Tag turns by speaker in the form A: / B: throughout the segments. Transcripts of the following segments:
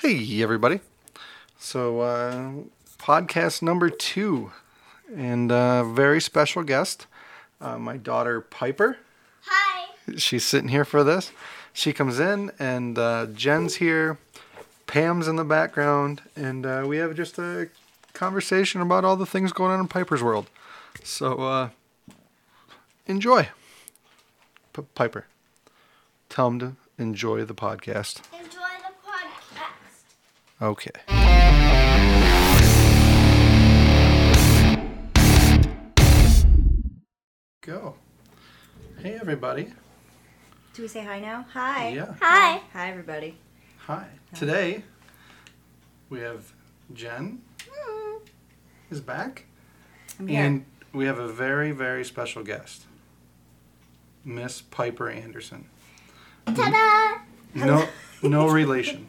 A: Hey, everybody. So, uh, podcast number two, and uh, very special guest, uh, my daughter Piper.
B: Hi.
A: She's sitting here for this. She comes in, and uh, Jen's here, Pam's in the background, and uh, we have just a conversation about all the things going on in Piper's world. So, uh, enjoy. P- Piper, tell them to enjoy the podcast.
B: Enjoy the podcast.
A: Okay. Go. Hey, everybody.
C: Do we say hi now? Hi.
A: Yeah.
B: Hi.
C: Hi, everybody.
A: Hi. Today, we have Jen is back,
C: I'm here.
A: and we have a very, very special guest, Miss Piper Anderson.
B: Ta-da!
A: No, no relation.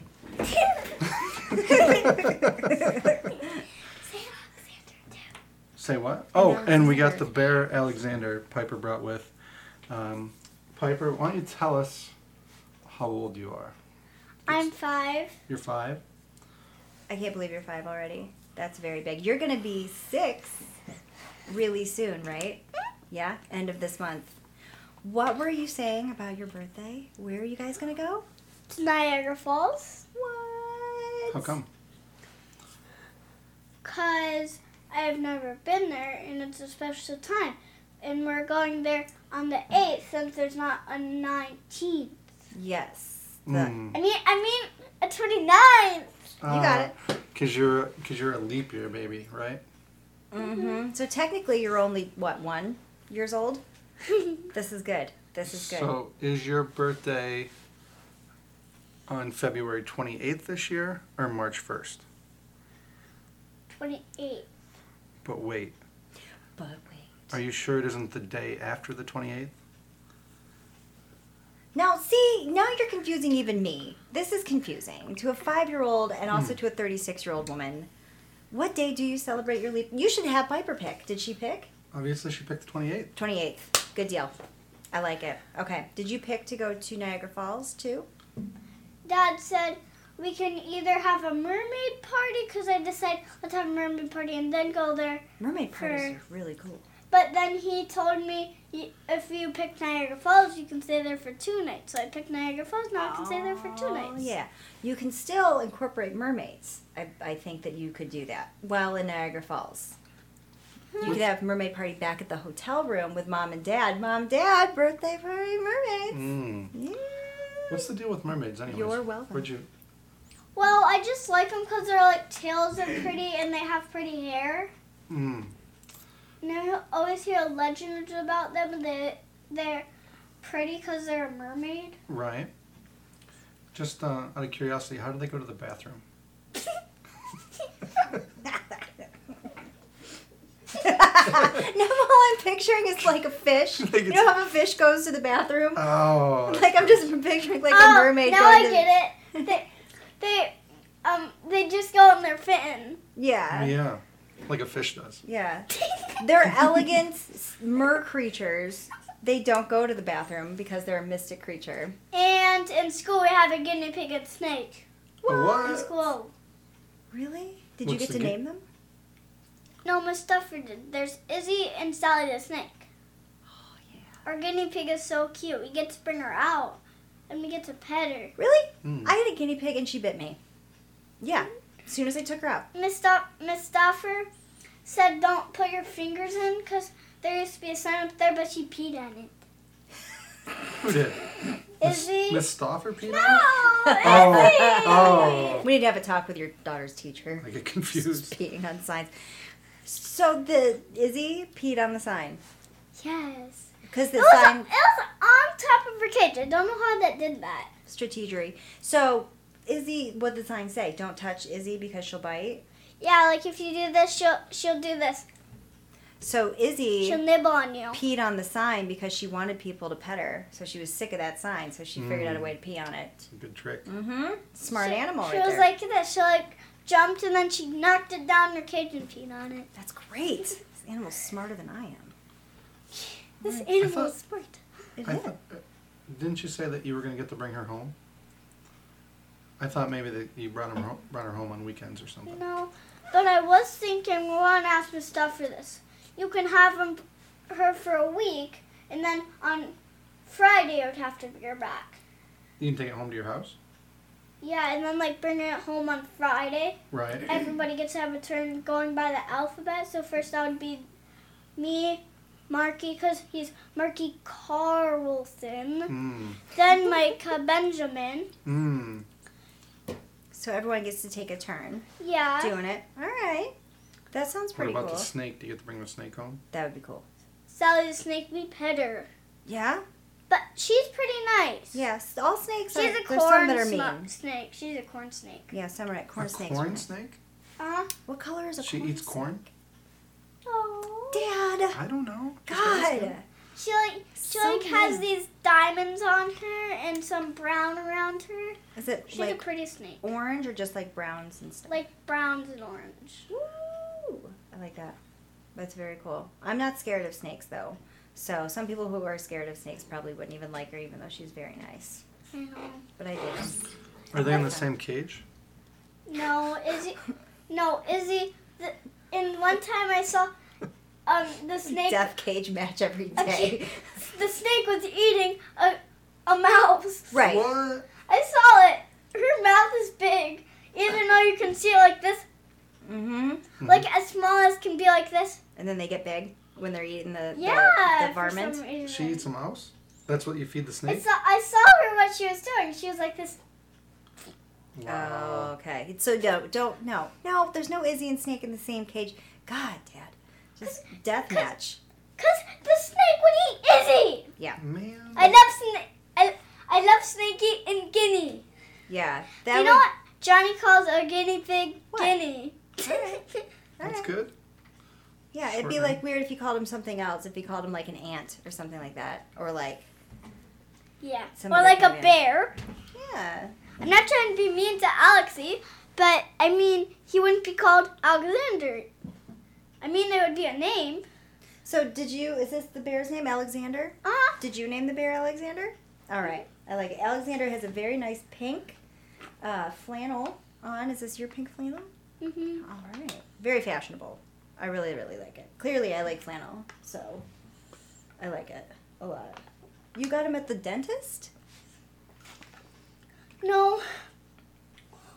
A: Say what? Oh, and we got the bear Alexander Piper brought with. Um, Piper, why don't you tell us how old you are?
B: I'm five.
A: You're five.
C: I can't believe you're five already. That's very big. You're gonna be six really soon, right? Yeah, end of this month. What were you saying about your birthday? Where are you guys gonna go?
B: It's Niagara Falls.
C: What?
A: How come?
B: Because I've never been there and it's a special time. And we're going there on the 8th since there's not a 19th.
C: Yes. The-
A: Mm,
B: I mean, I mean a 29th.
C: You got it.
A: Uh, Cause you're, cause you're a leap year baby, right?
C: Mhm. So technically, you're only what one years old. This is good. This is good.
A: So is your birthday on February 28th this year or March 1st?
B: 28th.
A: But wait,
C: but wait.
A: are you sure it isn't the day after the 28th?
C: Now, see, now you're confusing even me. This is confusing to a five-year-old and also to a thirty-six-year-old woman. What day do you celebrate your leap? You should have Piper pick. Did she pick?
A: Obviously, she picked the 28th.
C: Twenty-eighth. Good deal. I like it. Okay. Did you pick to go to Niagara Falls too?
B: Dad said we can either have a mermaid party because I decide let's have a mermaid party and then go there.
C: Mermaid parties
B: Sure.
C: are really cool.
B: But then he told me y- if you pick Niagara Falls, you can stay there for two nights. So I picked Niagara Falls. Now I can stay there for two
C: Oh,
B: nights.
C: Yeah. You can still incorporate mermaids. I, I think that you could do that while in Niagara Falls.
B: Hmm.
C: You could have mermaid party back at the hotel room with mom and dad. Mom, dad, birthday party, mermaids.
A: Mm.
C: Yeah.
A: What's the deal with mermaids, anyways?
C: You're welcome.
A: Where'd you?
B: Well, I just like them because their like tails are pretty and they have pretty hair.
A: Mm.
B: And I always hear legends about them. and They they're pretty because they're a mermaid.
A: Right. Just uh, out of curiosity, how do they go to the bathroom?
C: now all I'm picturing is like a fish.
A: Like
C: you know how a fish goes to the bathroom?
A: Oh.
C: Like I'm just picturing like
B: oh,
C: a mermaid.
B: now
C: going
B: I
C: to-
B: get it. They they um they just go on their fin.
C: Yeah.
A: Yeah, like a fish does.
C: Yeah. They're elegant s- mer creatures. They don't go to the bathroom because they're a mystic creature.
B: and in school we have a guinea pig and snake.
A: A
B: In
A: what?
B: school.
C: Really? Did
A: What's
C: you get
A: the
C: to
A: ga-
C: name them?
B: No, Miss Duffer did. There's Izzy and Sally the snake.
C: Oh,
B: Our guinea pig is so cute. We get to bring her out, and we get to pet her.
C: Really?
A: Mm.
C: I had a guinea pig and she bit me. Yeah. As soon as I took her out.
B: Miss Duff- Miss Duffer said, "Don't put your fingers in, 'cause there used to be a sign up there, but she peed on it."
A: Who did?
B: Izzy.
A: Miss Stauffer, Peter?
B: no. Izzy!
A: Oh, oh.
C: We need to have a talk with your daughter's teacher.
A: I get confused.
C: Peeing on signs. So the Izzy peed on the sign.
B: Yes.
C: Because
B: It
C: the
B: was,
C: sign
B: it was on top of her cage. I don't know how that did that.
C: strategery. So Izzy what did the sign say? Don't touch Izzy because she'll bite.
B: Yeah, like if you do this, she'll she'll do this.
C: So Izzy
B: She'll nibble on you.
C: peed on the sign because she wanted people to pet her. So she was sick of that sign, so she figured
A: Mm.
C: out a way to pee on it.
A: Good trick.
C: Mm-hmm. Smart
B: She-
C: animal
B: She
C: right
B: was
C: there.
B: like this. She like jumped and then she knocked it down her cage and peed on it.
C: That's great. This animal's smarter than I am.
B: This animal
A: thought-
B: is smart.
C: It
A: I uh,
C: is.
A: th- didn't you say that you were going to get to bring her home? I thought maybe that you brought, him, ho- brought her home on weekends or something.
B: No, but I was thinking Lauren asked me stuff for this. You can have him, her for a week, and then on Friday it would have to be her back.
C: Mm-hmm.
A: You can take it home to your house,
B: Yeah, and then like bringing it home on Friday.
A: right?
B: Everybody gets to have a turn going by the alphabet. So first that would be me, Marky, because he's Marky
C: Hmm.
B: Carlson.
A: Mm.
B: Then Mike Benjamin.
A: Mm.
C: So everyone gets to take a turn
B: Yeah.
C: doing it. All right. That sounds
A: What
C: pretty
A: about
C: cool.
A: the snake? Do you get to bring the snake home?
C: That would be cool.
B: Sally the Snake We pet her.
C: Yeah?
B: But she's pretty nice.
C: Yes. All snakes
B: She's
C: are
B: a
C: there's some
B: corn
C: that are
B: smo-
C: mean.
B: snake. She's a corn snake.
C: Yeah, some are corn
A: a
C: snakes.
A: corn
C: right?
A: snake?
B: Uh huh.
C: What color is a
A: She
C: corn?
A: eats corn?
B: Oh.
C: Dad.
A: I don't know. Just ask
C: God.
A: him.
B: She like she
C: So
B: like has
C: mean.
B: these diamonds on her and some brown around her.
C: Is it
B: She's
C: like
B: a pretty snake.
C: orange or just like browns and stuff?
B: Like browns and orange.
C: Ooh, I like that. That's very cool. I'm not scared of snakes though. So some people who are scared of snakes probably wouldn't even like her, even though she's very nice.
B: I know.
C: But I did.
A: Are they in the same cage?
B: No, Izzy. No, Izzy. The, and one time I saw um the snake.
C: Death cage match every
B: A
C: day.
B: The snake was eating a a mouse.
C: right.
A: What?
B: I saw it. Her mouth is big, even though you can see it like this,
C: Mm-hmm.
A: Hmm.
B: like as small as can be, like this.
C: And then they get big when they're eating the the-
B: Yeah.
C: the, varmint.
B: For some reason.
A: She eats a mouse? That's what you feed the
B: I
A: snake?
B: saw, I saw her what she was doing. She was like this.
A: Wow.
C: Oh, okay. So no, don't no, no. There's no Izzy and Snake in the same cage. God, Dad, just death
B: Cause-
C: match.
B: Cause the snake would eat Izzy.
A: Man.
B: Oh. I love snake. I, I love Snakey and Guinea.
C: Yeah,
B: You
C: that
B: know what Johnny calls a guinea pig?
C: What?
B: Guinea.
C: Alright. would.
A: That's
C: okay.
A: good.
C: Yeah, it'd be
A: Short
C: like weird if you called him something else. If you called him like an ant or something like that, or like
B: yeah.
C: Some
B: or
C: other
B: like a
C: guinea.
B: bear.
C: yeah,
B: I'm not trying to be mean to Alexi, but I mean he wouldn't be called Alexander. I mean there would be a name.
C: So did you? Is this the bear's name, Alexander?
B: Uh huh.
C: Did you name the bear Alexander? All right, I like it. Alexander has a very nice pink uh, flannel on. Is this your pink flannel?
B: Mm-hmm.
C: All right, very fashionable. I really, really like it. Clearly, I like flannel, so I like it a lot. You got him at the dentist?
B: No.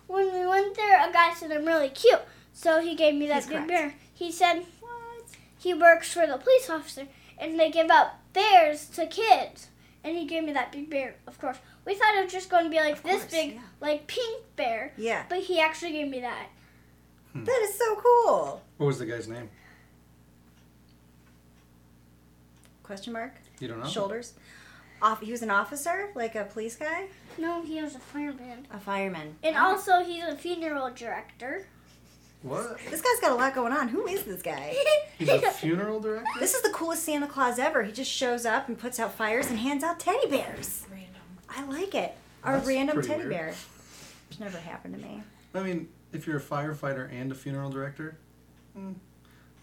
B: When we went there, a guy said I'm really cute, so he gave me that
C: He's
B: big
C: correct.
B: bear. He said
C: What?
B: he works for the police officer, and they give out bears to kids. And he gave me that big bear, of course. We thought it was just going to be like
C: Of
B: this
C: course,
B: big,
C: yeah.
B: like pink bear,
C: Yeah,
B: but he actually gave me that.
C: that is so cool.
A: What was the guy's name?
C: Question mark?
A: You don't know?
C: Shoulders? Off. He was an officer, like a police guy,
B: No, he was a fireman.
C: a fireman.
B: And also, he's a funeral director.
A: What?
C: This guy's got a lot going on. Who is this guy?
A: He's a funeral director?
C: This is the coolest Santa Claus ever. He just shows up and puts out fires and hands out teddy bears. Random. I like it. A
A: That's
C: random
A: pretty
C: teddy
A: weird.
C: bear. Which never happened to me.
A: I mean, if you're a firefighter and a funeral director, mm,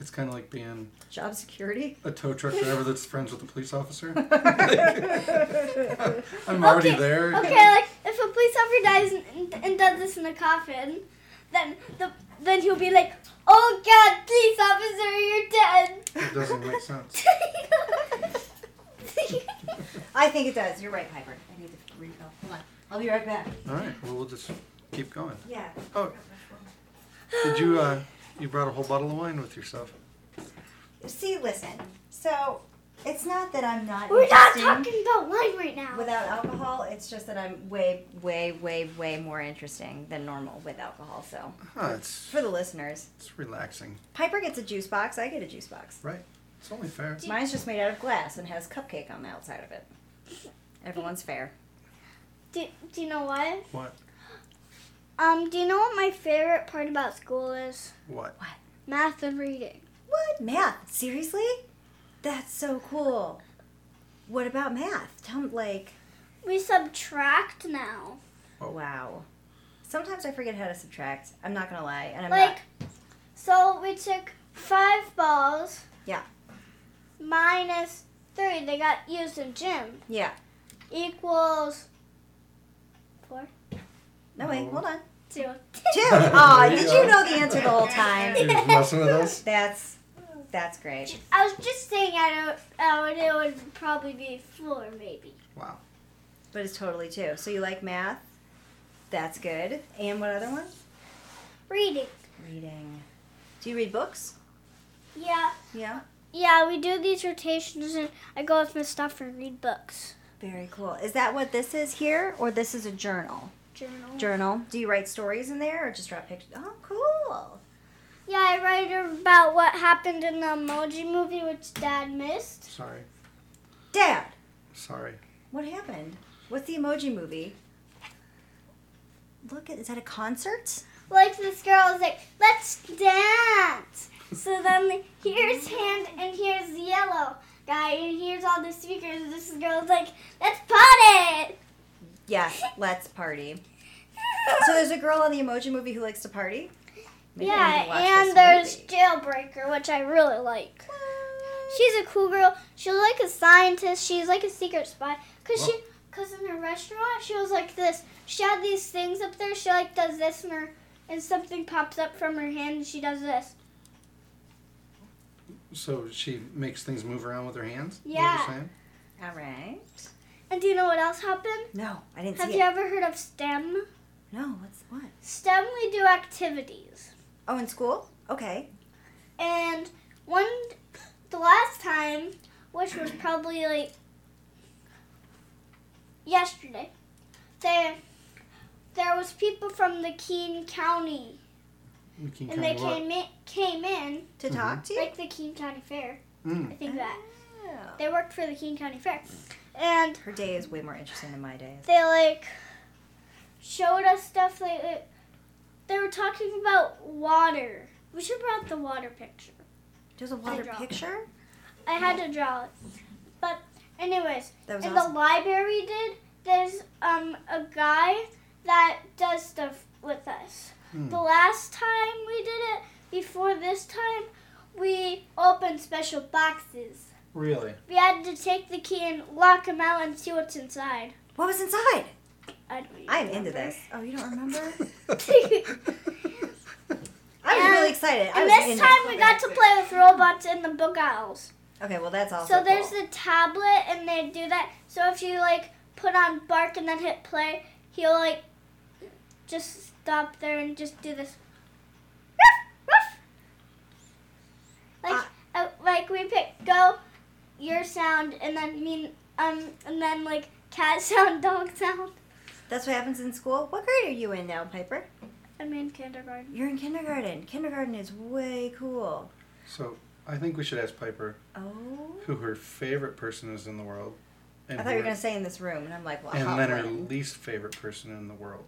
A: it's kind of like being
C: Job security.
A: a tow truck driver that's friends with a police officer.
C: That's
A: I'm already
B: Okay,
A: there.
B: Okay, like if a police officer dies and, and does this in a coffin, then the then he'll be like, "Oh God, police officer, you're dead."
A: It doesn't make sense.
C: I think it does. You're right, Piper. I need to refill. Hold on. I'll be right back.
A: All right, well, we'll just keep going.
C: Yeah.
A: Oh, did you, uh, you brought a whole bottle of wine with yourself.
C: See, listen. So, it's not that I'm not.
B: We're not
C: interesting.
B: talking about wine right now.
C: Without alcohol, it's just that I'm way, way, way, way more interesting than normal with alcohol. So,
A: Huh, it's,
C: for the listeners,
A: it's relaxing,
C: Piper gets a juice box. I get a juice box.
A: right? It's only fair.
C: Mine's just made out of glass and has cupcake on the outside of it. Everyone's fair.
B: do, do you know what?
A: What?
B: Um, do you know what my favorite part about school is?
A: What?
B: Math and reading.
C: What? Math? Seriously? That's so cool. What about math? Tell me, like,
B: We subtract now.
C: wow. Sometimes I forget how to subtract. I'm not gonna lie, and I'm
B: like,
C: not.
B: so we took five balls.
C: Yeah.
B: Minus three, they got used in gym.
C: Yeah.
B: Equals four.
C: No, wait, hold on.
B: Two.
C: Two. Aw, did you know the answer the whole time?
A: You're just messing with us?
C: That's that's great.
B: I was just saying I don't. I would, it would probably be four, maybe.
A: Wow.
C: But it's totally two. So you like math? That's good. And what other one?
B: Reading.
C: Reading. Do you read books?
B: Yeah.
C: Yeah.
B: Yeah, we do these rotations, and I go with Miss Stuffer and read books.
C: Very cool. Is that what this is here, or this is a journal?
B: Journal.
C: Journal. Do you write stories in there, or just draw pictures? Oh, cool.
B: Yeah, I write about what happened in the Emoji movie, which Dad missed.
A: Sorry.
C: Dad,
A: Sorry.
C: what happened? What's the emoji movie? Look, at, is that a concert?
B: Like this girl was like, "Let's dance." So then here's hand and here's the yellow guy and here's all the speakers. This girl's like, "Let's party."
C: Yes, let's party. So there's a girl on the emoji movie who likes to party? Maybe I need to watch
B: yeah,
C: this
B: and there's
C: movie.
B: Jailbreaker, which I really like. She's a cool girl. She's like a scientist. She's like a secret spy. Cause she, cause in her restaurant, she was like this. She had these things up there. She like does this, and her, and something pops up from her hand, and she does this.
A: So she makes things move around with her hands? Is
B: Yeah.
A: What you're saying?
C: All right.
B: And do you know what else happened?
C: No, I didn't
B: Have
C: see
B: you
C: it.
B: ever heard of STEM?
C: No, what's what?
B: STEM, we do activities.
C: Oh, in school? Okay.
B: And one, the last time, which was probably like yesterday, there, there was people from the Keene County,
A: We can
B: and
A: kind
B: they
A: of look.
B: came in, came in
C: To
A: Mhm.
C: talk to you?
B: like the Keene County Fair. I
A: Mm.
B: think that
C: Oh.
B: they worked for the Keene County Fair, and
C: Her day is way more interesting than my day.
B: they like showed us stuff like, like they were talking about water. We should brought the water picture.
C: There's a water
B: draw.
C: picture?
B: I had to draw it. But anyways,
C: That was
B: in
C: awesome.
B: the library did there's um a guy that does stuff with us.
A: Hmm.
B: The last time we did it, before this time, we opened special boxes.
A: Really?
B: We had to take the key and lock them out and see what's inside.
C: What was inside?
B: I don't even
C: I'm into
B: remember.
C: this. Oh, you don't remember? I was
B: And-
C: really excited. I
B: And
C: was
B: this
C: into
B: time we
C: it.
B: got to play with robots and the book owls.
C: Okay, well that's also
B: So there's
C: cool.
B: the tablet, and they do that. So if you like put on bark and then hit play, he'll like just stop there and just do this. Like
C: Uh,
B: uh, like we pick go your sound and then mean um and then like cat sound dog sound.
C: That's what happens in school. What grade are you in now, Piper?
B: I mean kindergarten.
C: You're in kindergarten. Kindergarten is way cool.
A: so I think we should ask Piper
C: Oh.
A: who her favorite person is in the world. And
C: I thought you were
A: who her-
C: gonna say in this room, and I'm like, well, hot
A: And then her
C: one.
A: least favorite person in the world.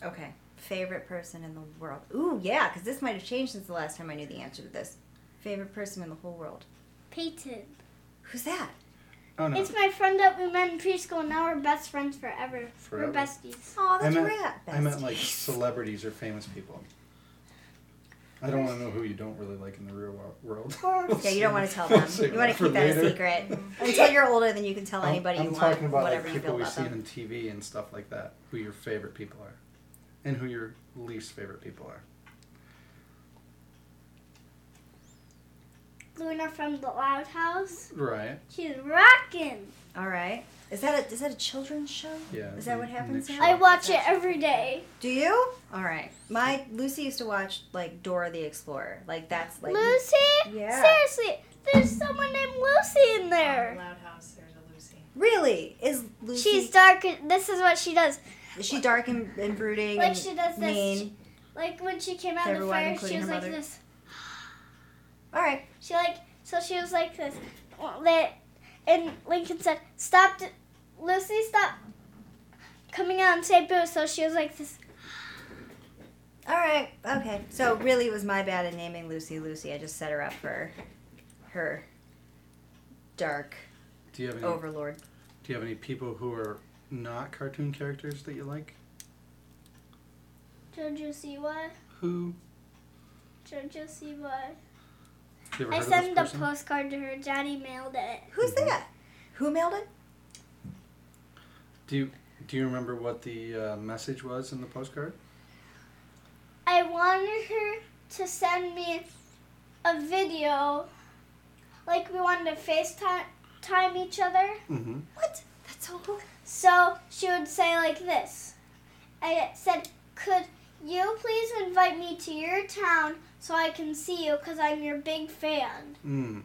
C: Okay. Favorite person in the world. Ooh, yeah, because this might have changed since the last time I knew the answer to this. Favorite person in the whole world.
B: Peyton.
C: Who's that?
A: Oh no.
B: It's my friend that we met in preschool. and Now we're best friends forever.
A: Forever.
B: We're besties.
C: Oh,
A: I
C: that's
A: meant,
C: Rat.
A: I meant
C: Bestie.
A: like celebrities or famous people. I don't want to know who you don't really like in the real wo- world.
B: Or-
C: Yeah, you don't want to tell
A: We'll
C: them.
A: save
C: You want
A: that
C: to
A: for
C: keep that
A: later.
C: a secret until you're older. Then you can tell
A: I'm-
C: anybody
A: I'm,
C: you want
A: talking about
C: whatever
A: like
C: you
A: people
C: feel
A: we
C: about
A: see
C: them.
A: on TV and stuff like that. Who your favorite people are, and who your least favorite people are.
B: Luna from the Loud House.
A: Right?
B: She's rocking.
C: All right. Is that a, is that a children's show?
A: Yeah,
C: Is that what
A: Nick
C: happens
A: Shaw.
C: now?
B: I watch it every day.
C: Do you? All right. My Lucy used to watch like Dora the Explorer. Like that's like
B: Lucy?
C: Yeah.
B: Seriously, there's someone named Lucy in
D: Um,
B: there.
D: Loud House, there's a Lucy.
C: really is Oh, Lucy.
B: She's dark. This is what she does.
C: is she dark and, and brooding
B: Like
C: and
B: she does this.
C: mean?
B: Like when she came out
C: To
B: of the
C: everyone,
B: fire,
C: including
B: she was
C: her
B: like
C: mother.
B: this.
C: All right.
B: She like so she was like this. Lit- And Lincoln said, "Stop, d- Lucy, stop coming out and say boo." So she was like this.
C: All right. Okay. So really, it was my bad in naming Lucy Lucy. I just set her up for her dark
A: Do you have any?
C: overlord.
A: Do you have any people who are not cartoon characters that you like?
B: Don't you see why?
A: Who?
B: Don't you see why?
A: You ever
B: I
A: heard of
B: sent a
A: this person?
B: postcard to her. Johnny mailed it.
C: Who's
A: Mhm.
C: that? Who mailed it?
A: Do you Do you remember what the uh, message was in the postcard?
B: I wanted her to send me a video, like we wanted to FaceTime time each other.
A: Mm-hmm.
C: What? That's so cool.
B: So she would say like this. I said, "Could you please invite me to your town so I can see you? Cause I'm your big fan.
A: Mm.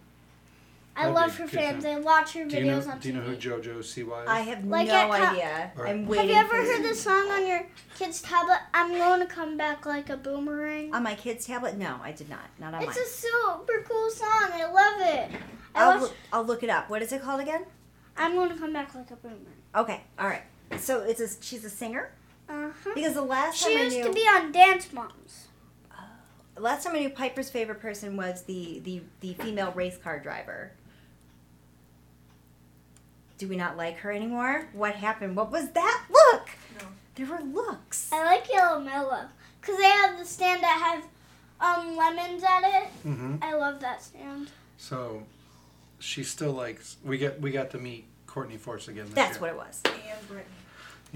B: I
A: That'd be
B: love her
A: good
B: fans.
A: time.
B: I watch her videos
A: Do you know?
B: on
A: Do you know
B: TV."
A: who JoJo Siwa is?
C: I have
B: Like
C: no
B: at co-
C: idea.
A: Alright.
C: I'm
B: Have
C: waiting.
B: you ever
C: for
B: heard the song on your kid's tablet? I'm going to come back like a boomerang.
C: on my kid's tablet? No, I did not. Not on
B: It's
C: mine.
B: a super cool song. I love it. I
C: I'll,
B: watch,
C: loo- I'll look it up. What is it called again?
B: I'm going to come back like a boomerang.
C: Okay, all right. So it's a she's a singer
B: Uh huh.
C: because the last
B: She
C: time I
B: used
C: knew
B: to be on Dance Moms.
C: last time I knew Piper's favorite person was the the the female race car driver. Do we not like her anymore? What happened? What was that look?
D: No.
C: There were looks.
B: I like Yellow Mellow because they have the stand that have um, lemons at it.
A: Mm-hmm.
B: I love that stand.
A: So, she still likes. We get we got to meet Courtney Force again. This
C: That's
A: year.
C: what it was.
D: And Brittany.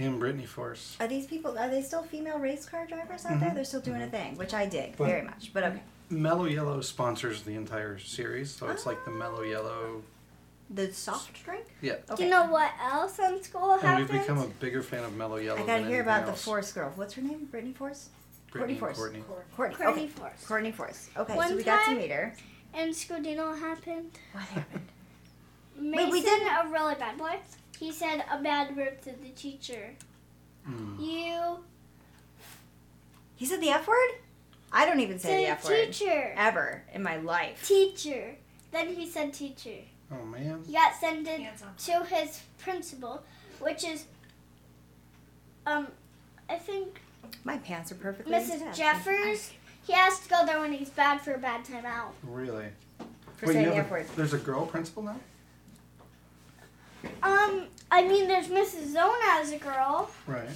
A: And Brittany Force.
C: Are these people? Are they still female race car drivers out there?
A: Mhm.
C: They're still doing a thing, which I dig
A: But-
C: very much. But okay,
A: Mellow Yellow sponsors the entire series, so it's
C: Ah.
A: like the Mellow Yellow.
C: the soft drink.
A: Yeah.
C: Okay.
B: Do you know what else in school
A: And
B: happens?
A: Oh, we've become a bigger fan of Mellow Yellow.
C: I gotta
A: than
C: hear
A: anything
C: about the
A: else.
C: Force girl. What's her name? Brittany Force.
A: Brittany
C: Courtney Force.
A: Courtney.
D: Courtney.
C: Courtney.
B: Courtney
C: okay.
B: Force.
C: Courtney Force. Okay, so
B: One
C: we got to
B: time-
C: meet her.
B: in school, do you know what happened?
C: What happened?
B: Mason,
C: we
B: a really bad boy. He said a bad word to the teacher.
A: Mm.
B: You
C: He said the F word? I don't even say the
B: said
C: F word.
B: teacher.
C: Ever in my life.
B: Teacher. Then he said teacher.
A: Oh man.
B: He got sent in
D: Hands on.
B: to his principal, which is, um, I think
C: My pants are perfectly
B: Mrs.
C: intact.
B: Jeffers. He has to go there when he's bad for a bad time out.
A: Really.
C: For
A: Wait, you
C: saying the
A: have
C: F
A: a-
C: word.
A: There's a girl principal now.
B: Um, I mean, there's Mrs. Zona as a girl,
A: Right.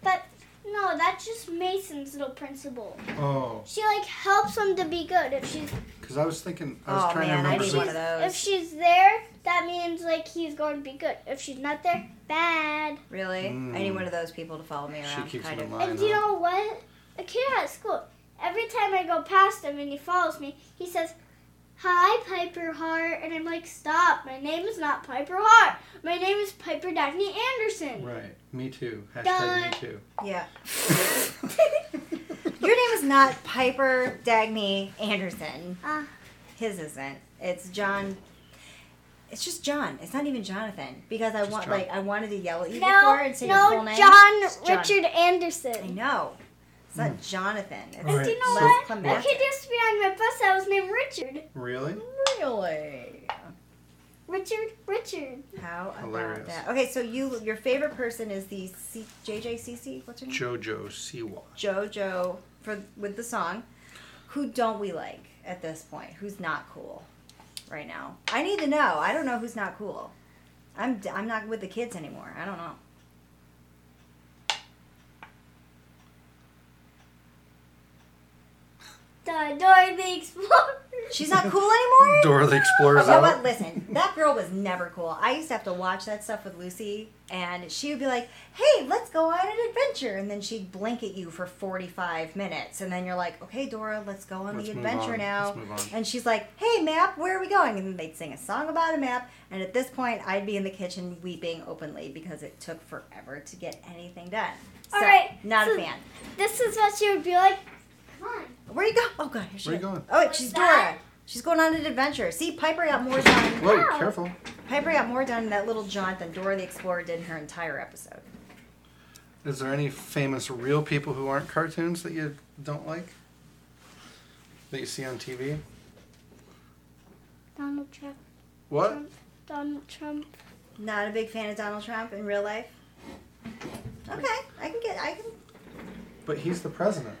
B: but no, that's just Mason's little principal.
A: Oh,
B: She like helps him to be good. If she's
A: because I was thinking. I was
C: oh
A: trying
C: man,
A: to
C: I
A: remember.
C: need
A: the-
C: one of
B: if
C: those.
B: she's there, that means like he's going to be good. If she's not there, bad.
C: Really? I need
A: Mm.
C: one of those people to follow me around.
A: She keeps
C: kind
A: him in
C: of.
A: line.
B: And do you
A: huh?
B: know what? A kid at school, every time I go past him and he follows me, he says, Hi, Piper Hart. And I'm like, Stop. My name is not Piper Hart. My name is Piper Daphne Anderson.
A: Right. Me too. Hashtag
B: Done.
A: me too.
C: Yeah. Your name is not Piper Dagny Anderson.
B: Uh.
C: His isn't. It's John. It's just John. It's not even Jonathan because I
A: Just
C: want
A: John.
C: like I wanted to yell at you before
B: No,
C: and say your full
B: no,
C: name.
B: John,
C: It's
B: Richard
C: I
B: Anderson.
C: know. It's not Jonathan. It's
A: Hmm. All
B: And do you
A: Right,
B: know
A: so-
B: what?
C: Clement.
B: A kid used to be on my bus that was named Richard.
A: Really?
C: Really?
B: Richard, Richard.
C: How about
A: Hilarious.
C: that? Okay, so you your favorite person is the C- JJCC. What's her name?
A: JoJo Siwa.
C: JoJo for with the song. Who don't we like at this point? Who's not cool right now? I need to know. I don't know who's not cool. I'm d- I'm not with the kids anymore. I don't know.
B: The Dora the Explorer.
C: She's not cool anymore.
A: Dora the Explorer's
C: You know
A: out.
C: what? Listen, that girl was never cool. I used to have to watch that stuff with Lucy, and she would be like, "Hey, let's go on an adventure," and then she'd blink at you for forty-five minutes, and then you're like, "Okay, Dora, let's go on
A: Let's
C: the
A: move
C: adventure
A: on.
C: now."
A: Let's move on.
C: And she's like, "Hey, map, where are we going?" And then they'd sing a song about a map, and at this point, I'd be in the kitchen weeping openly because it took forever to get anything done.
B: All
C: so,
B: right,
C: not
B: so-
C: a fan.
B: This is what she would be like. Come on.
C: Where you go? Oh God, here she
A: Where you
C: goes.
A: going?
C: Oh, wait, she's
B: that?
C: Dora. She's going on an adventure. See, Piper got more done.
A: Whoa,
B: Ow.
A: careful.
C: Piper got more done in that little jaunt than Dora the Explorer did in her entire episode.
A: Is there any famous real people who aren't cartoons that you don't like? That you see on TV?
B: Donald Trump.
A: What?
B: Trump. Donald Trump.
C: Not a big fan of Donald Trump in real life. Okay, I can get, I can
A: But he's the president.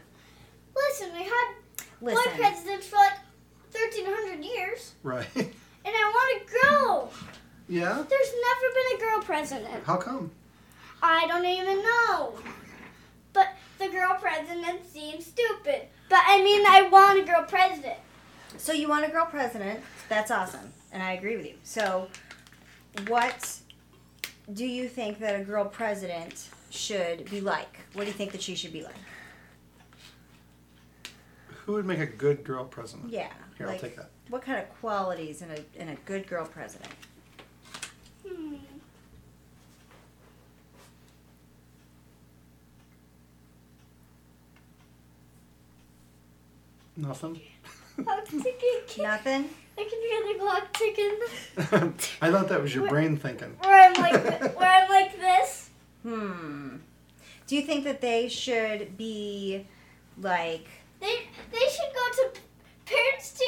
B: Listen, we had
C: listen.
B: boy presidents for like 1,300 years,
A: Right.
B: and I want a girl.
A: yeah?
B: There's never been a girl president.
A: How come?
B: I don't even know. But the girl president seems stupid. But I mean, I want a girl president.
C: So you want a girl president? That's awesome, and I agree with you. So, what do you think that a girl president should be like? What do you think that she should be like?
A: Who would make a good girl president?
C: Yeah.
A: Here,
C: like,
A: I'll take that.
C: What kind of qualities in a in a good girl president?
B: Hmm.
A: Nothing.
B: Clock ticking.
C: Nothing.
B: I can hear the clock ticking.
A: I thought that was your brain thinking.
B: Where I'm like, th- where I'm like this.
C: Hmm. Do you think that they should be like
B: They they should go to parents to.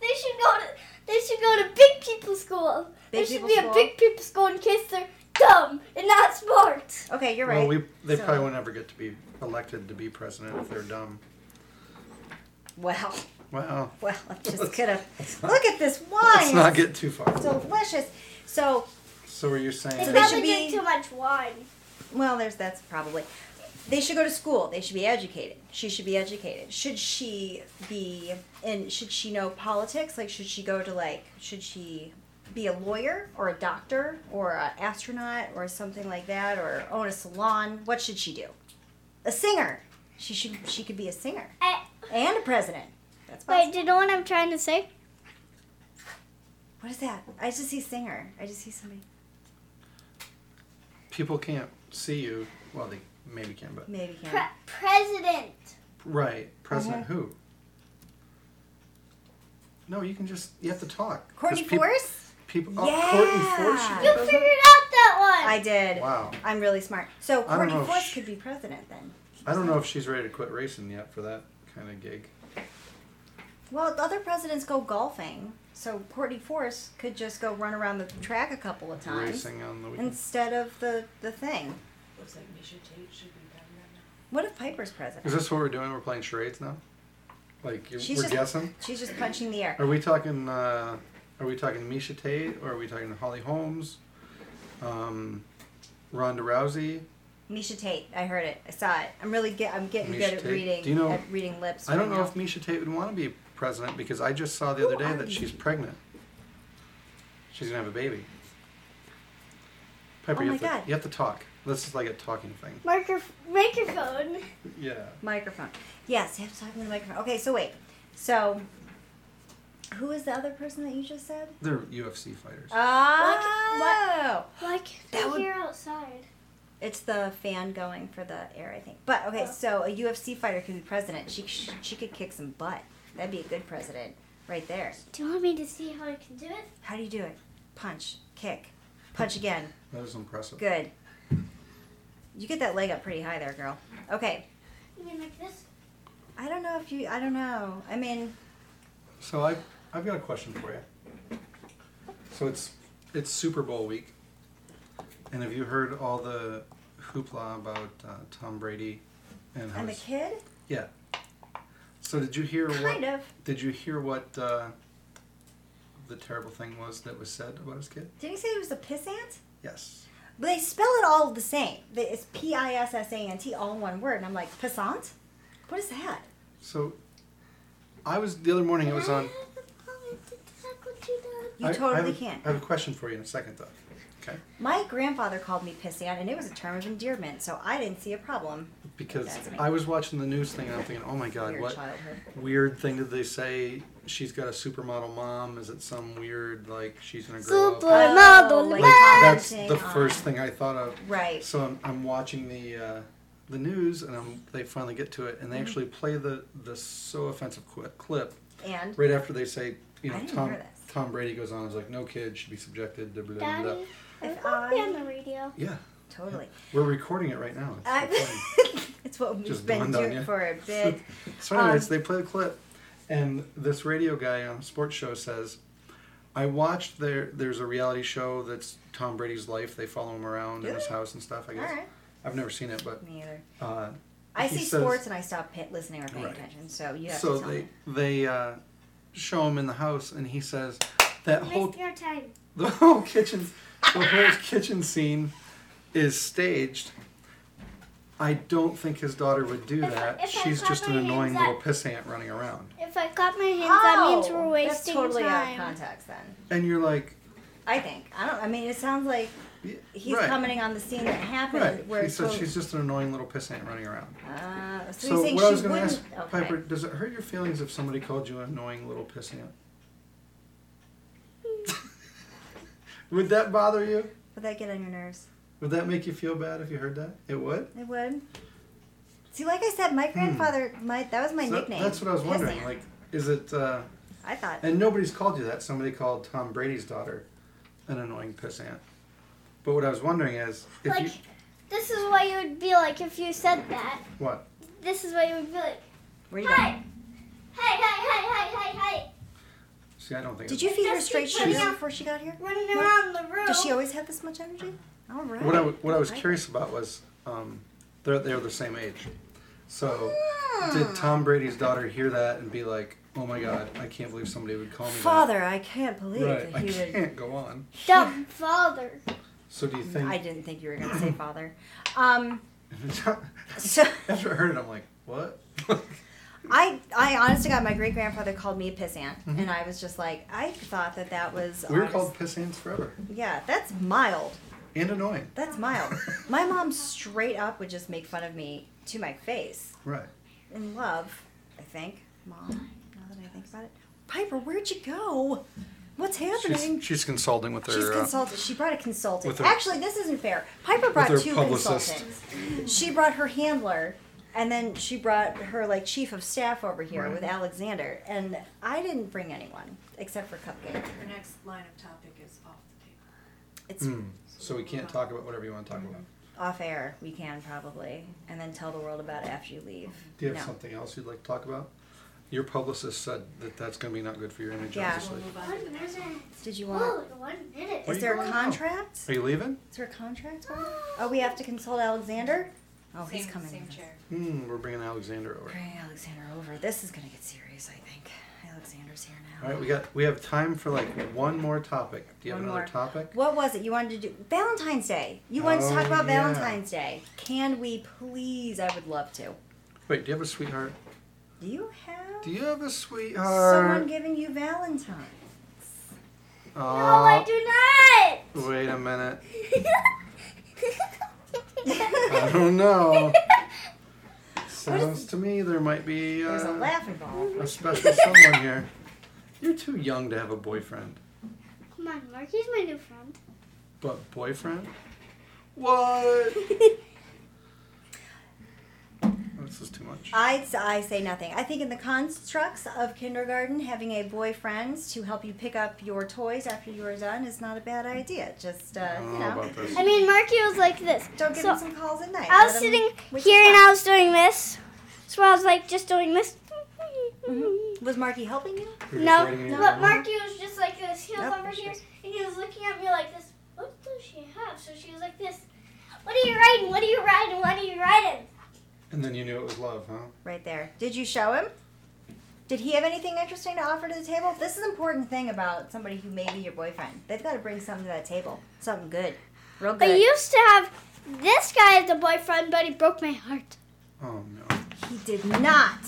B: They should go to. They should go to big people school.
C: Big
B: there should
C: people
B: be
C: school?
B: a big people school in case they're dumb and not smart.
C: Okay, you're right.
A: Well, we, they
C: So-
A: probably won't ever get to be elected to be president if they're dumb.
C: Well,
A: Wow.
C: well, I'm just gonna
A: Let's not-
C: look at this wine.
A: Let's not get too far.
C: it's delicious. So,
A: So, are you
B: They
A: saying?
C: they
B: probably
C: should
B: drink
C: be-
B: too much wine.
C: well, there's that's probably. They should go to school. They should be educated. She should be educated. Should she be and should she know politics? Like, should she go to like? Should she be a lawyer or a doctor or an astronaut or something like that or own a salon? What should she do? A singer. She should. She could be a singer
B: I,
C: and a president. That's possible.
B: wait, do you know what I'm trying to say?
C: What is that? I just see singer. I just see somebody.
A: People can't see you. Well, they maybe can, but
C: Maybe can.
B: Pre- president.
A: right, president who? No, you can just you have to talk. 'Cause
C: Courtney
A: peop-
C: Force?
A: People. Oh, Courtney Force.
C: Yeah.
A: should be
B: You
A: president?
B: figured out that one.
C: I did.
A: Wow.
C: I'm really smart. So
A: don't know
C: Courtney
A: if
C: Force
A: sh-
C: could be president then.
A: I don't know if she's ready to quit racing yet for that kind of gig.
C: Well, the other presidents go golfing, so Courtney Force could just go run around the track a couple of times
A: Racing on the weekend.
C: instead of the the thing.
D: Looks like Misha Tate should be done right now.
C: What if Piper's
A: Is
C: president?
A: this what we're doing? We're playing charades now. Like you,
C: She's
A: we're
C: just-
A: guessing.
C: She's just punching the air.
A: Are we talking? Uh, are we talking Misha Tate or are we talking Holly Holmes? Um, Ronda Rousey.
C: Misha Tate, I heard it. I saw it. I'm really get. I'm getting
A: Misha
C: good at
A: Tate.
C: reading.
A: Do you know-
C: at reading lips.
A: I don't
C: right
A: know
C: now.
A: if Misha Tate would want to be president because I just saw the other
C: Who
A: day
C: are
A: that
C: you?
A: she's pregnant. She's gonna have a baby. Piper,
C: Oh
A: you,
C: my
A: have to,
C: God.
A: you have to talk. This is like a talking thing.
B: Mark your make your phone.
A: Yeah.
C: Microphone. Yes, you have to talk into the microphone. Okay, so wait. So, who is the other person that you just said?
A: They're UFC fighters.
C: Uh, Oh,
B: Why can't
C: That
B: I
C: would-
B: hear outside?
C: it's the fan going for the air, I think. But okay, so a UFC fighter could be president. She she could kick some butt. That'd be a good president, right there.
B: Do you want me to see how I can do it?
C: How do you do it? Punch, kick, punch again.
A: That is impressive.
C: Good. You get that leg up pretty high there, girl. Okay.
B: You mean like this?
C: I don't know if you. I don't know. I mean,
A: So I I've got a question for you. So it's it's Super Bowl week, and have you heard all the hoopla about uh, Tom Brady and how?
C: I'm a
A: he's-
C: kid.
A: Yeah. So did you hear
C: Kind
A: what?
C: of.
A: Did you hear what uh, the terrible thing was that was said about his kid?
C: Didn't you say he was a pissant?
A: Yes.
C: But they spell it all the same. They- It's P I S S A N T, all in one word. And I'm like, pissant? What is that?
A: So I was the other morning. I was on.
C: You
A: I- I
C: totally
A: have a-
C: can't.
A: I have a question for you in a second though. Okay.
C: My grandfather called me pissant, and it was a term of endearment, so I didn't see a problem.
A: Because
C: That's me.
A: I was watching the news thing and I'm thinking, oh my god,
C: Weird
A: what?
C: childhood.
A: weird thing did they say she's got a supermodel mom is it some weird like she's gonna grow up
B: Supermodel. Mama,
C: Oh,
B: don't
C: like
A: like, that's
C: commenting
A: the
C: on-
A: first thing i thought of
C: Right.
A: so i'm, I'm watching the uh, the news and I'm, they finally get to it and they
C: Mm-hmm.
A: actually play the the so offensive qu- clip
C: And
A: right after they say you
C: I
A: know
C: didn't
A: tom
C: hear this.
A: tom brady goes on is like no kid should be subjected to blah, blah, blah.
B: Daddy,
C: If
B: if I be
C: I-
B: on the radio.
A: yeah
C: totally.
A: we're recording it right now It's
C: I,
A: recording.
C: it's what we've
A: Just
C: been
A: dawned on
C: doing
A: ya.
C: for a bit.
A: So, anyways,
C: Um,
A: they play the clip, and this radio guy on a sports show says, "I watched their there's a reality show that's Tom Brady's life. They follow him around in his
C: Really?
A: house and stuff. I
C: all
A: guess
C: right.
A: I've never seen it, but
C: Me either.
A: uh,
C: I
A: he
C: see
A: says-
C: sports and I stop pit listening or paying
A: Right.
C: attention, so you have
A: so
C: to tell
A: they
C: me.
A: they uh, show him in the house, and he says that whole
B: Waste your time.
A: the whole kitchen the whole kitchen scene is staged." I don't think his daughter would do
B: If I-
A: that.
B: if I
A: She's
B: clap
A: just an
B: my hands
A: annoying
B: up-
A: little pissant running around.
B: If I cut my hands, that
C: Oh,
B: means we're wasting
C: that's totally out of
B: time.
C: context then.
A: And you're like,
C: I think. I don't. I mean, it sounds like he's
A: Right.
C: commenting on the scene that happened
A: Right.
C: where
A: He
C: it's
A: said
C: so-
A: she's just an annoying little pissant running around.
C: uh, so,
A: So
C: he's saying
A: what I
C: she
A: was going to
C: wouldn't.
A: ask
C: okay.
A: Piper, does it hurt your feelings if somebody called you an annoying little pissant? would that bother you?
C: Would that get on your nerves?
A: Would that make you feel bad if you heard that? It would.
C: It would. See, like I said, my grandfather, my that was my
A: Hmm. So
C: nickname.
A: That's what I was wondering.
C: Pissant.
A: Like, is it? Uh,
C: I thought
A: and nobody's called you that. Somebody called Tom Brady's daughter an annoying pissant. But what I was wondering is, if
B: Like,
A: you
B: this is what you would be like if you said that.
A: what?
B: This is what you would be like.
C: where you going?
B: Hey! Hey, hey, hey, hey, hey, hey!
A: See, I don't think.
C: Did
A: it-
C: you feed her
B: Just
C: straight
B: keep
C: sugar
B: putting up-
C: before she got here?
B: Running
C: No.
B: around the room.
C: Does she always have this much energy? All right.
A: What I w- what I was
C: Right.
A: curious about was, um, they're they were the same age, so. oh,
C: Hmm.
A: Did Tom Brady's daughter hear that and be like, "Oh my God, I can't believe somebody would call me"?
C: Father, I can't believe
A: that. right?
C: that
A: I
C: he would.
A: can't go on.
B: Dumb father.
A: So do you think?
C: Mm, I didn't think you were gonna say father. Um, so
A: after I heard it, I'm like, "What?"
C: I, I honest to God, my great grandfather called me a pissant, and I was just like, I thought that that was.
A: Mm-hmm. we were
C: honest-
A: called pissants forever
C: Yeah, that's mild.
A: and annoying.
C: That's mild. my mom straight up would just make fun of me to my face
A: Right.
C: in love. I think, mom. Now that I think about it, Piper, where'd you go? What's happening?
A: She's, she's consulting with her.
C: She's
A: uh,
C: consulted. She brought a consultant.
A: with her-
C: Actually, this isn't fair. Piper brought
A: her
C: two
A: publicist.
C: consultants. She brought her handler, and then she brought her like chief of staff over here
A: Right.
C: with Alexander. And I didn't bring anyone except for Cupcake.
D: Your next line of topic is off the table.
C: It's
A: mm, so we can't talk about whatever you want to talk about.
C: off air. We can probably, and then tell the world about it after you leave.
A: Do you have
C: No.
A: something else you'd like to talk about? Your publicist said that that's going to be not good for your image.
C: Yeah.
A: obviously.
D: We'll move on to
B: One
D: the next.
B: minute.
C: Did you want?
B: Whoa, one minute.
A: What
C: Is there a contract?
A: Are you leaving?
C: Is there a contract? going on? Oh, we have to consult Alexander. Oh, he's
D: Same-
C: coming.
D: Same
C: with us.
D: chair.
A: Hmm. we're bringing Alexander over.
C: Bring Alexander over. This is gonna get serious. I think Alexander's here now.
A: All right, we got we have time for like one more topic. Do you have
C: One
A: another
C: more.
A: topic?
C: What was it you wanted to do? Valentine's Day. You wanted to talk
A: Oh,
C: about
A: yeah.
C: Valentine's Day. Can we please? I would love to.
A: Wait, do you have a sweetheart?
C: Do you have
A: Do you have a sweetheart?
C: someone giving you Valentine?
B: No, I
A: Aw,
B: do
A: wait a minute. I
B: not.
A: don't know.
C: What
A: Sounds to me there might be
C: There's a
A: uh,
C: laugh involved.
A: a special someone here. You're too young to have a boyfriend.
B: Come on, Mark. He's my new friend.
A: But boyfriend? What? This is too much.
C: I, I say nothing. I think in the constructs of kindergarten, having a boyfriend to help you pick up your toys after you are done is not a bad idea. Just, uh,
A: I
C: you
A: don't know
C: know,
A: Oh, about this.
B: I mean, Marky was like this.
C: don't give
B: So,
C: him some calls at night.
B: I was
C: Let him
B: sitting
C: wake
B: here
C: you
B: and
C: up.
B: I was doing this. So I was like just doing this.
C: Was Marky helping you?
A: You're just
B: No,
A: writing in your
B: but
A: journal?
B: Marky was just like this. He was
C: Nope,
B: over
C: it's
B: here
C: just-
B: and he was looking at me like this. What does she have? So she was like this. What are you writing? What are you writing? What are you writing?
A: And then you knew it was love, huh?
C: Right there. Did you show him? Did he have anything interesting to offer to the table? This is an important thing about somebody who may be your boyfriend. They've got to bring something to that table. Something good. Real
B: I
C: good.
B: used to have this guy as a boyfriend, but he broke my heart.
A: Oh no.
C: he did not.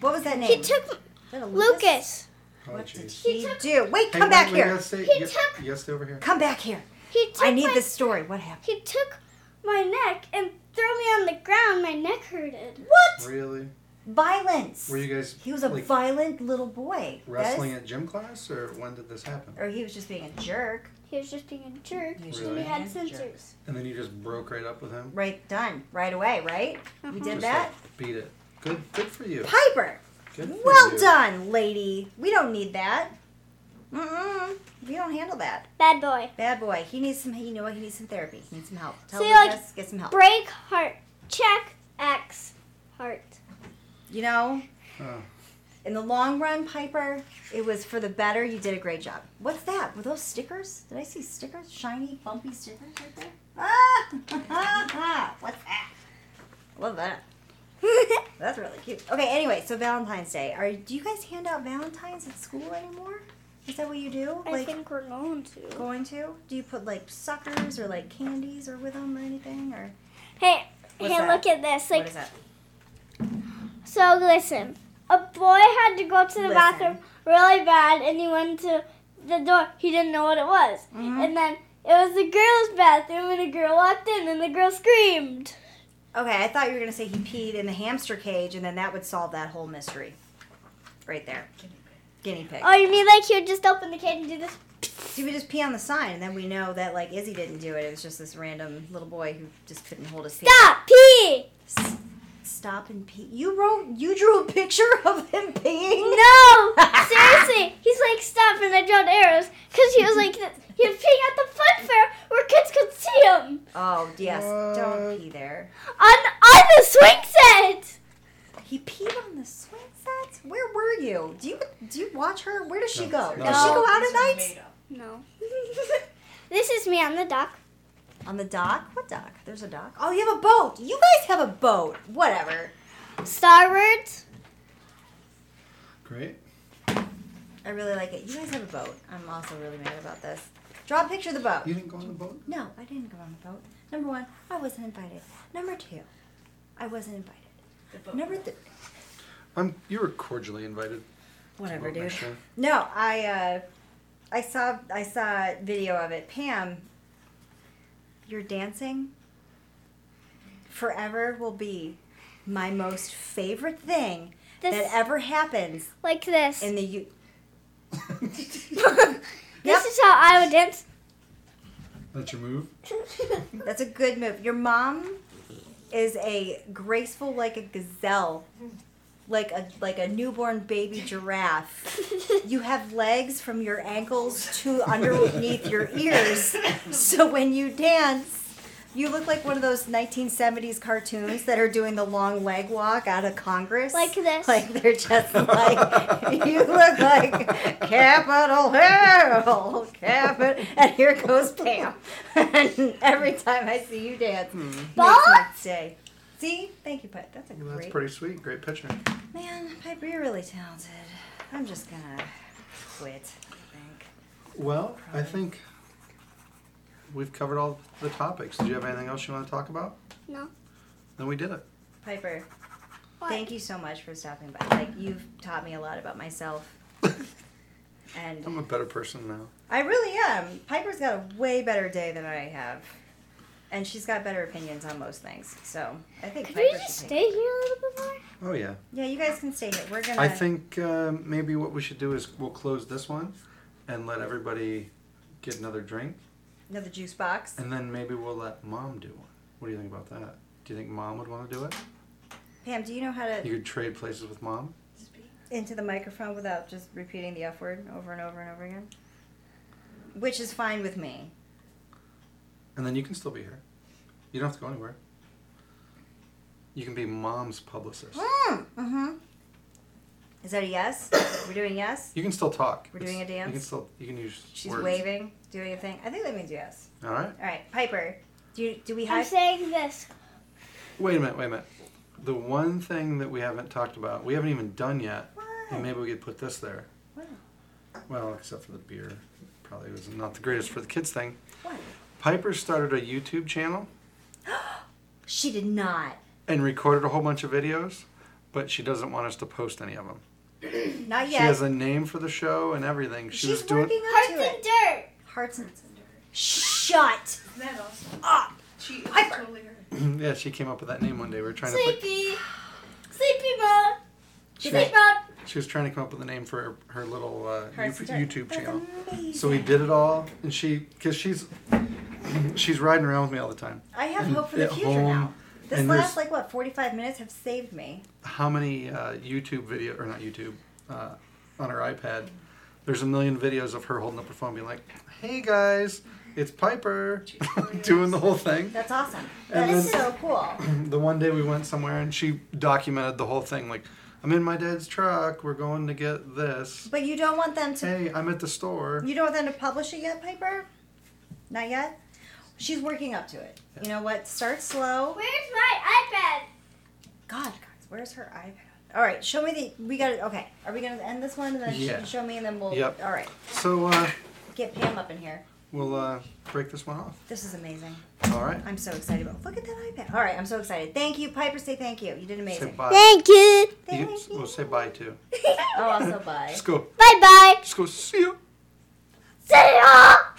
C: What was that name?
B: He took
C: Is that a
B: Lucas.
A: Oh
C: What did
A: jeez.
C: he
B: He took-
C: do? Wait,
A: Hey,
C: come
A: wait,
C: back
A: wait,
C: here.
A: You gotta stay,
B: He
A: you,
B: took-
A: you gotta stay over here.
C: Come back here.
B: He took
C: I need
B: my,
C: this story. What happened?
B: He took my neck and threw me on the ground. My neck hurted.
C: What?
A: Really?
C: Violence.
A: Were you guys
C: he was a
A: like,
C: violent little boy. That is-
A: wrestling at gym class, or when did this happen?
C: or he was just being a jerk.
B: He was just being a jerk.
C: He was
A: Really?
B: We
C: being
B: had
C: a jerk.
B: sensors.
A: And then you just broke right up with him.
C: Right, done. Right away, right? We
A: Just
C: did that?
A: Like, beat it. Good. Good for you.
C: Piper!
A: Good for
C: Well
A: you.
C: done, lady. We don't need that. Mm-mm. We don't handle that.
B: Bad boy.
C: Bad boy. He needs some. You know what? He needs some therapy. He needs some help. Tell
B: See,
C: him
B: like,
C: yes, get some help.
B: Break heart. Check X heart.
C: You know,
A: Oh.
C: in the long run, Piper, it was for the better. You did a great job. What's that? Were those stickers? Did I see stickers? Shiny, bumpy stickers right there. Ah! What's that? I love that. That's really cute. Okay. Anyway, so Valentine's Day. Are do you guys hand out Valentines at school anymore? Is that what you do?
B: I think we're going to.
C: going to? Do you put like suckers or like candies or with them or anything or
B: Hey,
C: What's
B: hey,
C: that?
B: look at this.
C: what
B: Like,
C: is that?
B: so listen. A boy had to go to the
C: Listen.
B: bathroom really bad, and he went to the door. He didn't know what it was,
C: Mhm.
B: and then It was the girls' bathroom, and a girl walked in, and the girl screamed.
C: Okay, I thought you were gonna say he peed in the hamster cage, and then that would solve that whole mystery, right there. Guinea pig.
B: Oh, you mean like he would just open the cage and do this?
C: So we just pee on the sign, and then we know that like Izzy didn't do it. It was just this random little boy who just couldn't hold his pee.
B: Stop, pee!
C: S- Stop and pee. You wrote. You drew a picture of him peeing.
B: No, seriously. He's like, stop, and I dropped arrows because he was like, he was peeing at the fun fair where kids could see him
C: Oh yes, don't
A: What?
C: pee there.
B: on on the swing set.
C: He peed on the swing sets. Where were you? Do you do you watch her? Where does she go?
A: no.
C: Does she go out
D: These
C: at
D: are
C: night?
D: made up.
B: No, this is me on the dock.
C: On the dock? What dock? There's a dock. Oh, you have a boat. You guys have a boat. Whatever.
B: Starward.
A: Great.
C: I really like it. You guys have a boat. I'm also really mad about this. Draw a picture of the boat.
A: You didn't go on the boat?
C: No, I didn't go on the boat. Number one, I wasn't invited. Number two, I wasn't invited.
D: The boat.
C: Number three,
A: I'm, you were cordially invited.
C: whatever,
A: Well,
C: dude.
A: next time.
C: No, I uh, I saw I saw a video of it. Pam, your dancing forever will be my most favorite thing
B: This
C: that ever happens
B: like this.
C: in the U.
B: This is how I would dance.
A: That's your move?
C: That's a good move. Your mom is a graceful like a gazelle, like a like a newborn baby giraffe. You have legs from your ankles to underneath your ears, so when you dance, you look like one of those 1970s cartoons that are doing the long leg walk out of Congress.
B: Like this.
C: Like they're just like you look like Capitol Hill, Capitol, and here goes Pam. and every time I see you dance,
B: Bob?
C: say, see, thank you, Pat. That's a
A: Well, that's
C: great
A: pretty sweet. Great picture.
C: man. Piper, you're really talented. I'm just gonna quit. I think.
A: Well, I think we've covered all the topics. Did you have anything else you want to talk about?
B: No.
A: Then we did it.
C: Piper,
B: What?
C: thank you so much for stopping by. Like you've taught me a lot about myself, and
A: I'm a better person now.
C: I really am. Piper's got a way better day than I have. And she's got better opinions on most things. So I think
B: Could
C: Piper
B: we just
C: should take-
B: stay here a little bit more?
A: Oh yeah.
C: Yeah, you guys can stay here. We're gonna
A: I think uh, maybe what we should do is we'll close this one and let everybody get another drink,
C: another juice box.
A: and then maybe we'll let mom do one. What do you think about that? Do you think mom would want to do it?
C: Pam, do you know how to
A: You could trade places with mom.
D: Speak.
C: into the microphone without just repeating the F word over and over and over again? Which is fine with me.
A: And then you can still be here. You don't have to go anywhere. You can be mom's publicist.
B: Hmm,
C: Mm. Mm-hmm. Is that a yes? We're doing yes?
A: You can still talk.
C: We're doing a
A: You can
C: dance?
A: still you can use
C: She's
A: words.
C: waving, doing a thing. I think that means yes.
A: All right.
C: All right, Piper, do you, do we
B: I'm
C: have
B: saying this.
A: Wait a minute. Wait a minute. The one thing that we haven't talked about, we haven't even done yet, and maybe we could put this there.
C: What?
A: Well, except for the beer, probably was not the greatest for the kids thing.
C: What?
A: Piper started a YouTube channel
C: She did not.
A: and recorded a whole bunch of videos, but she doesn't want us to post any of them.
C: Not
A: She
C: yet.
A: has a name for the show and everything. She
C: She's
A: was doing.
C: working up
B: Hearts
C: to it.
B: and dirt.
C: Hearts and Shut
D: Isn't that awesome?
C: up.
D: She
C: Piper.
D: totally heard.
A: yeah, she came up with that name one day. We were trying to. Put,
B: Sleepy. Sleepy mode.
A: she, was,
B: Sleep mode.
A: she was trying to come up with a name for her, her little uh, YouTube
C: Hearts and dirt.
A: YouTube
C: That's
A: channel.
C: amazing.
A: So we did it all, and she, because she's, she's riding around with me all the time.
C: I have hope for the
A: At
C: future
A: home,
C: now. This
A: and
C: last
A: there's-
C: like what 45 minutes have saved me.
A: How many uh, YouTube video or not YouTube uh, on her iPad? There's a million videos of her holding up her phone, being like, "Hey guys, it's Piper," doing the whole thing.
C: That's awesome.
A: And
C: That is
A: then-
C: so cool.
A: The one day we went somewhere, and she documented the whole thing. Like, I'm in my dad's truck. We're going to get this.
C: But you don't want them to
A: Hey, I'm at the store.
C: you don't want them to publish it yet, Piper? Not yet. She's working up to it. You know what? Start slow.
B: Where's my iPad?
C: God, guys, where's her iPad? All right, show me the we got it. Okay. Are we going to end this one and then she
A: Yeah.
C: can show me and then we'll
A: Yep.
C: All right.
A: So uh,
C: Get Pam up in here.
A: we'll uh, break this one off.
C: This is amazing.
A: All right.
C: I'm so excited about. Look at that iPad. All right, I'm so excited. Thank you, Piper. Say thank you. You did
A: Say
C: amazing.
A: bye.
B: Thank you.
A: You- we'll say bye too.
C: Oh, also bye.
A: Just go.
B: Bye bye.
A: Just go. See you.
B: See ya.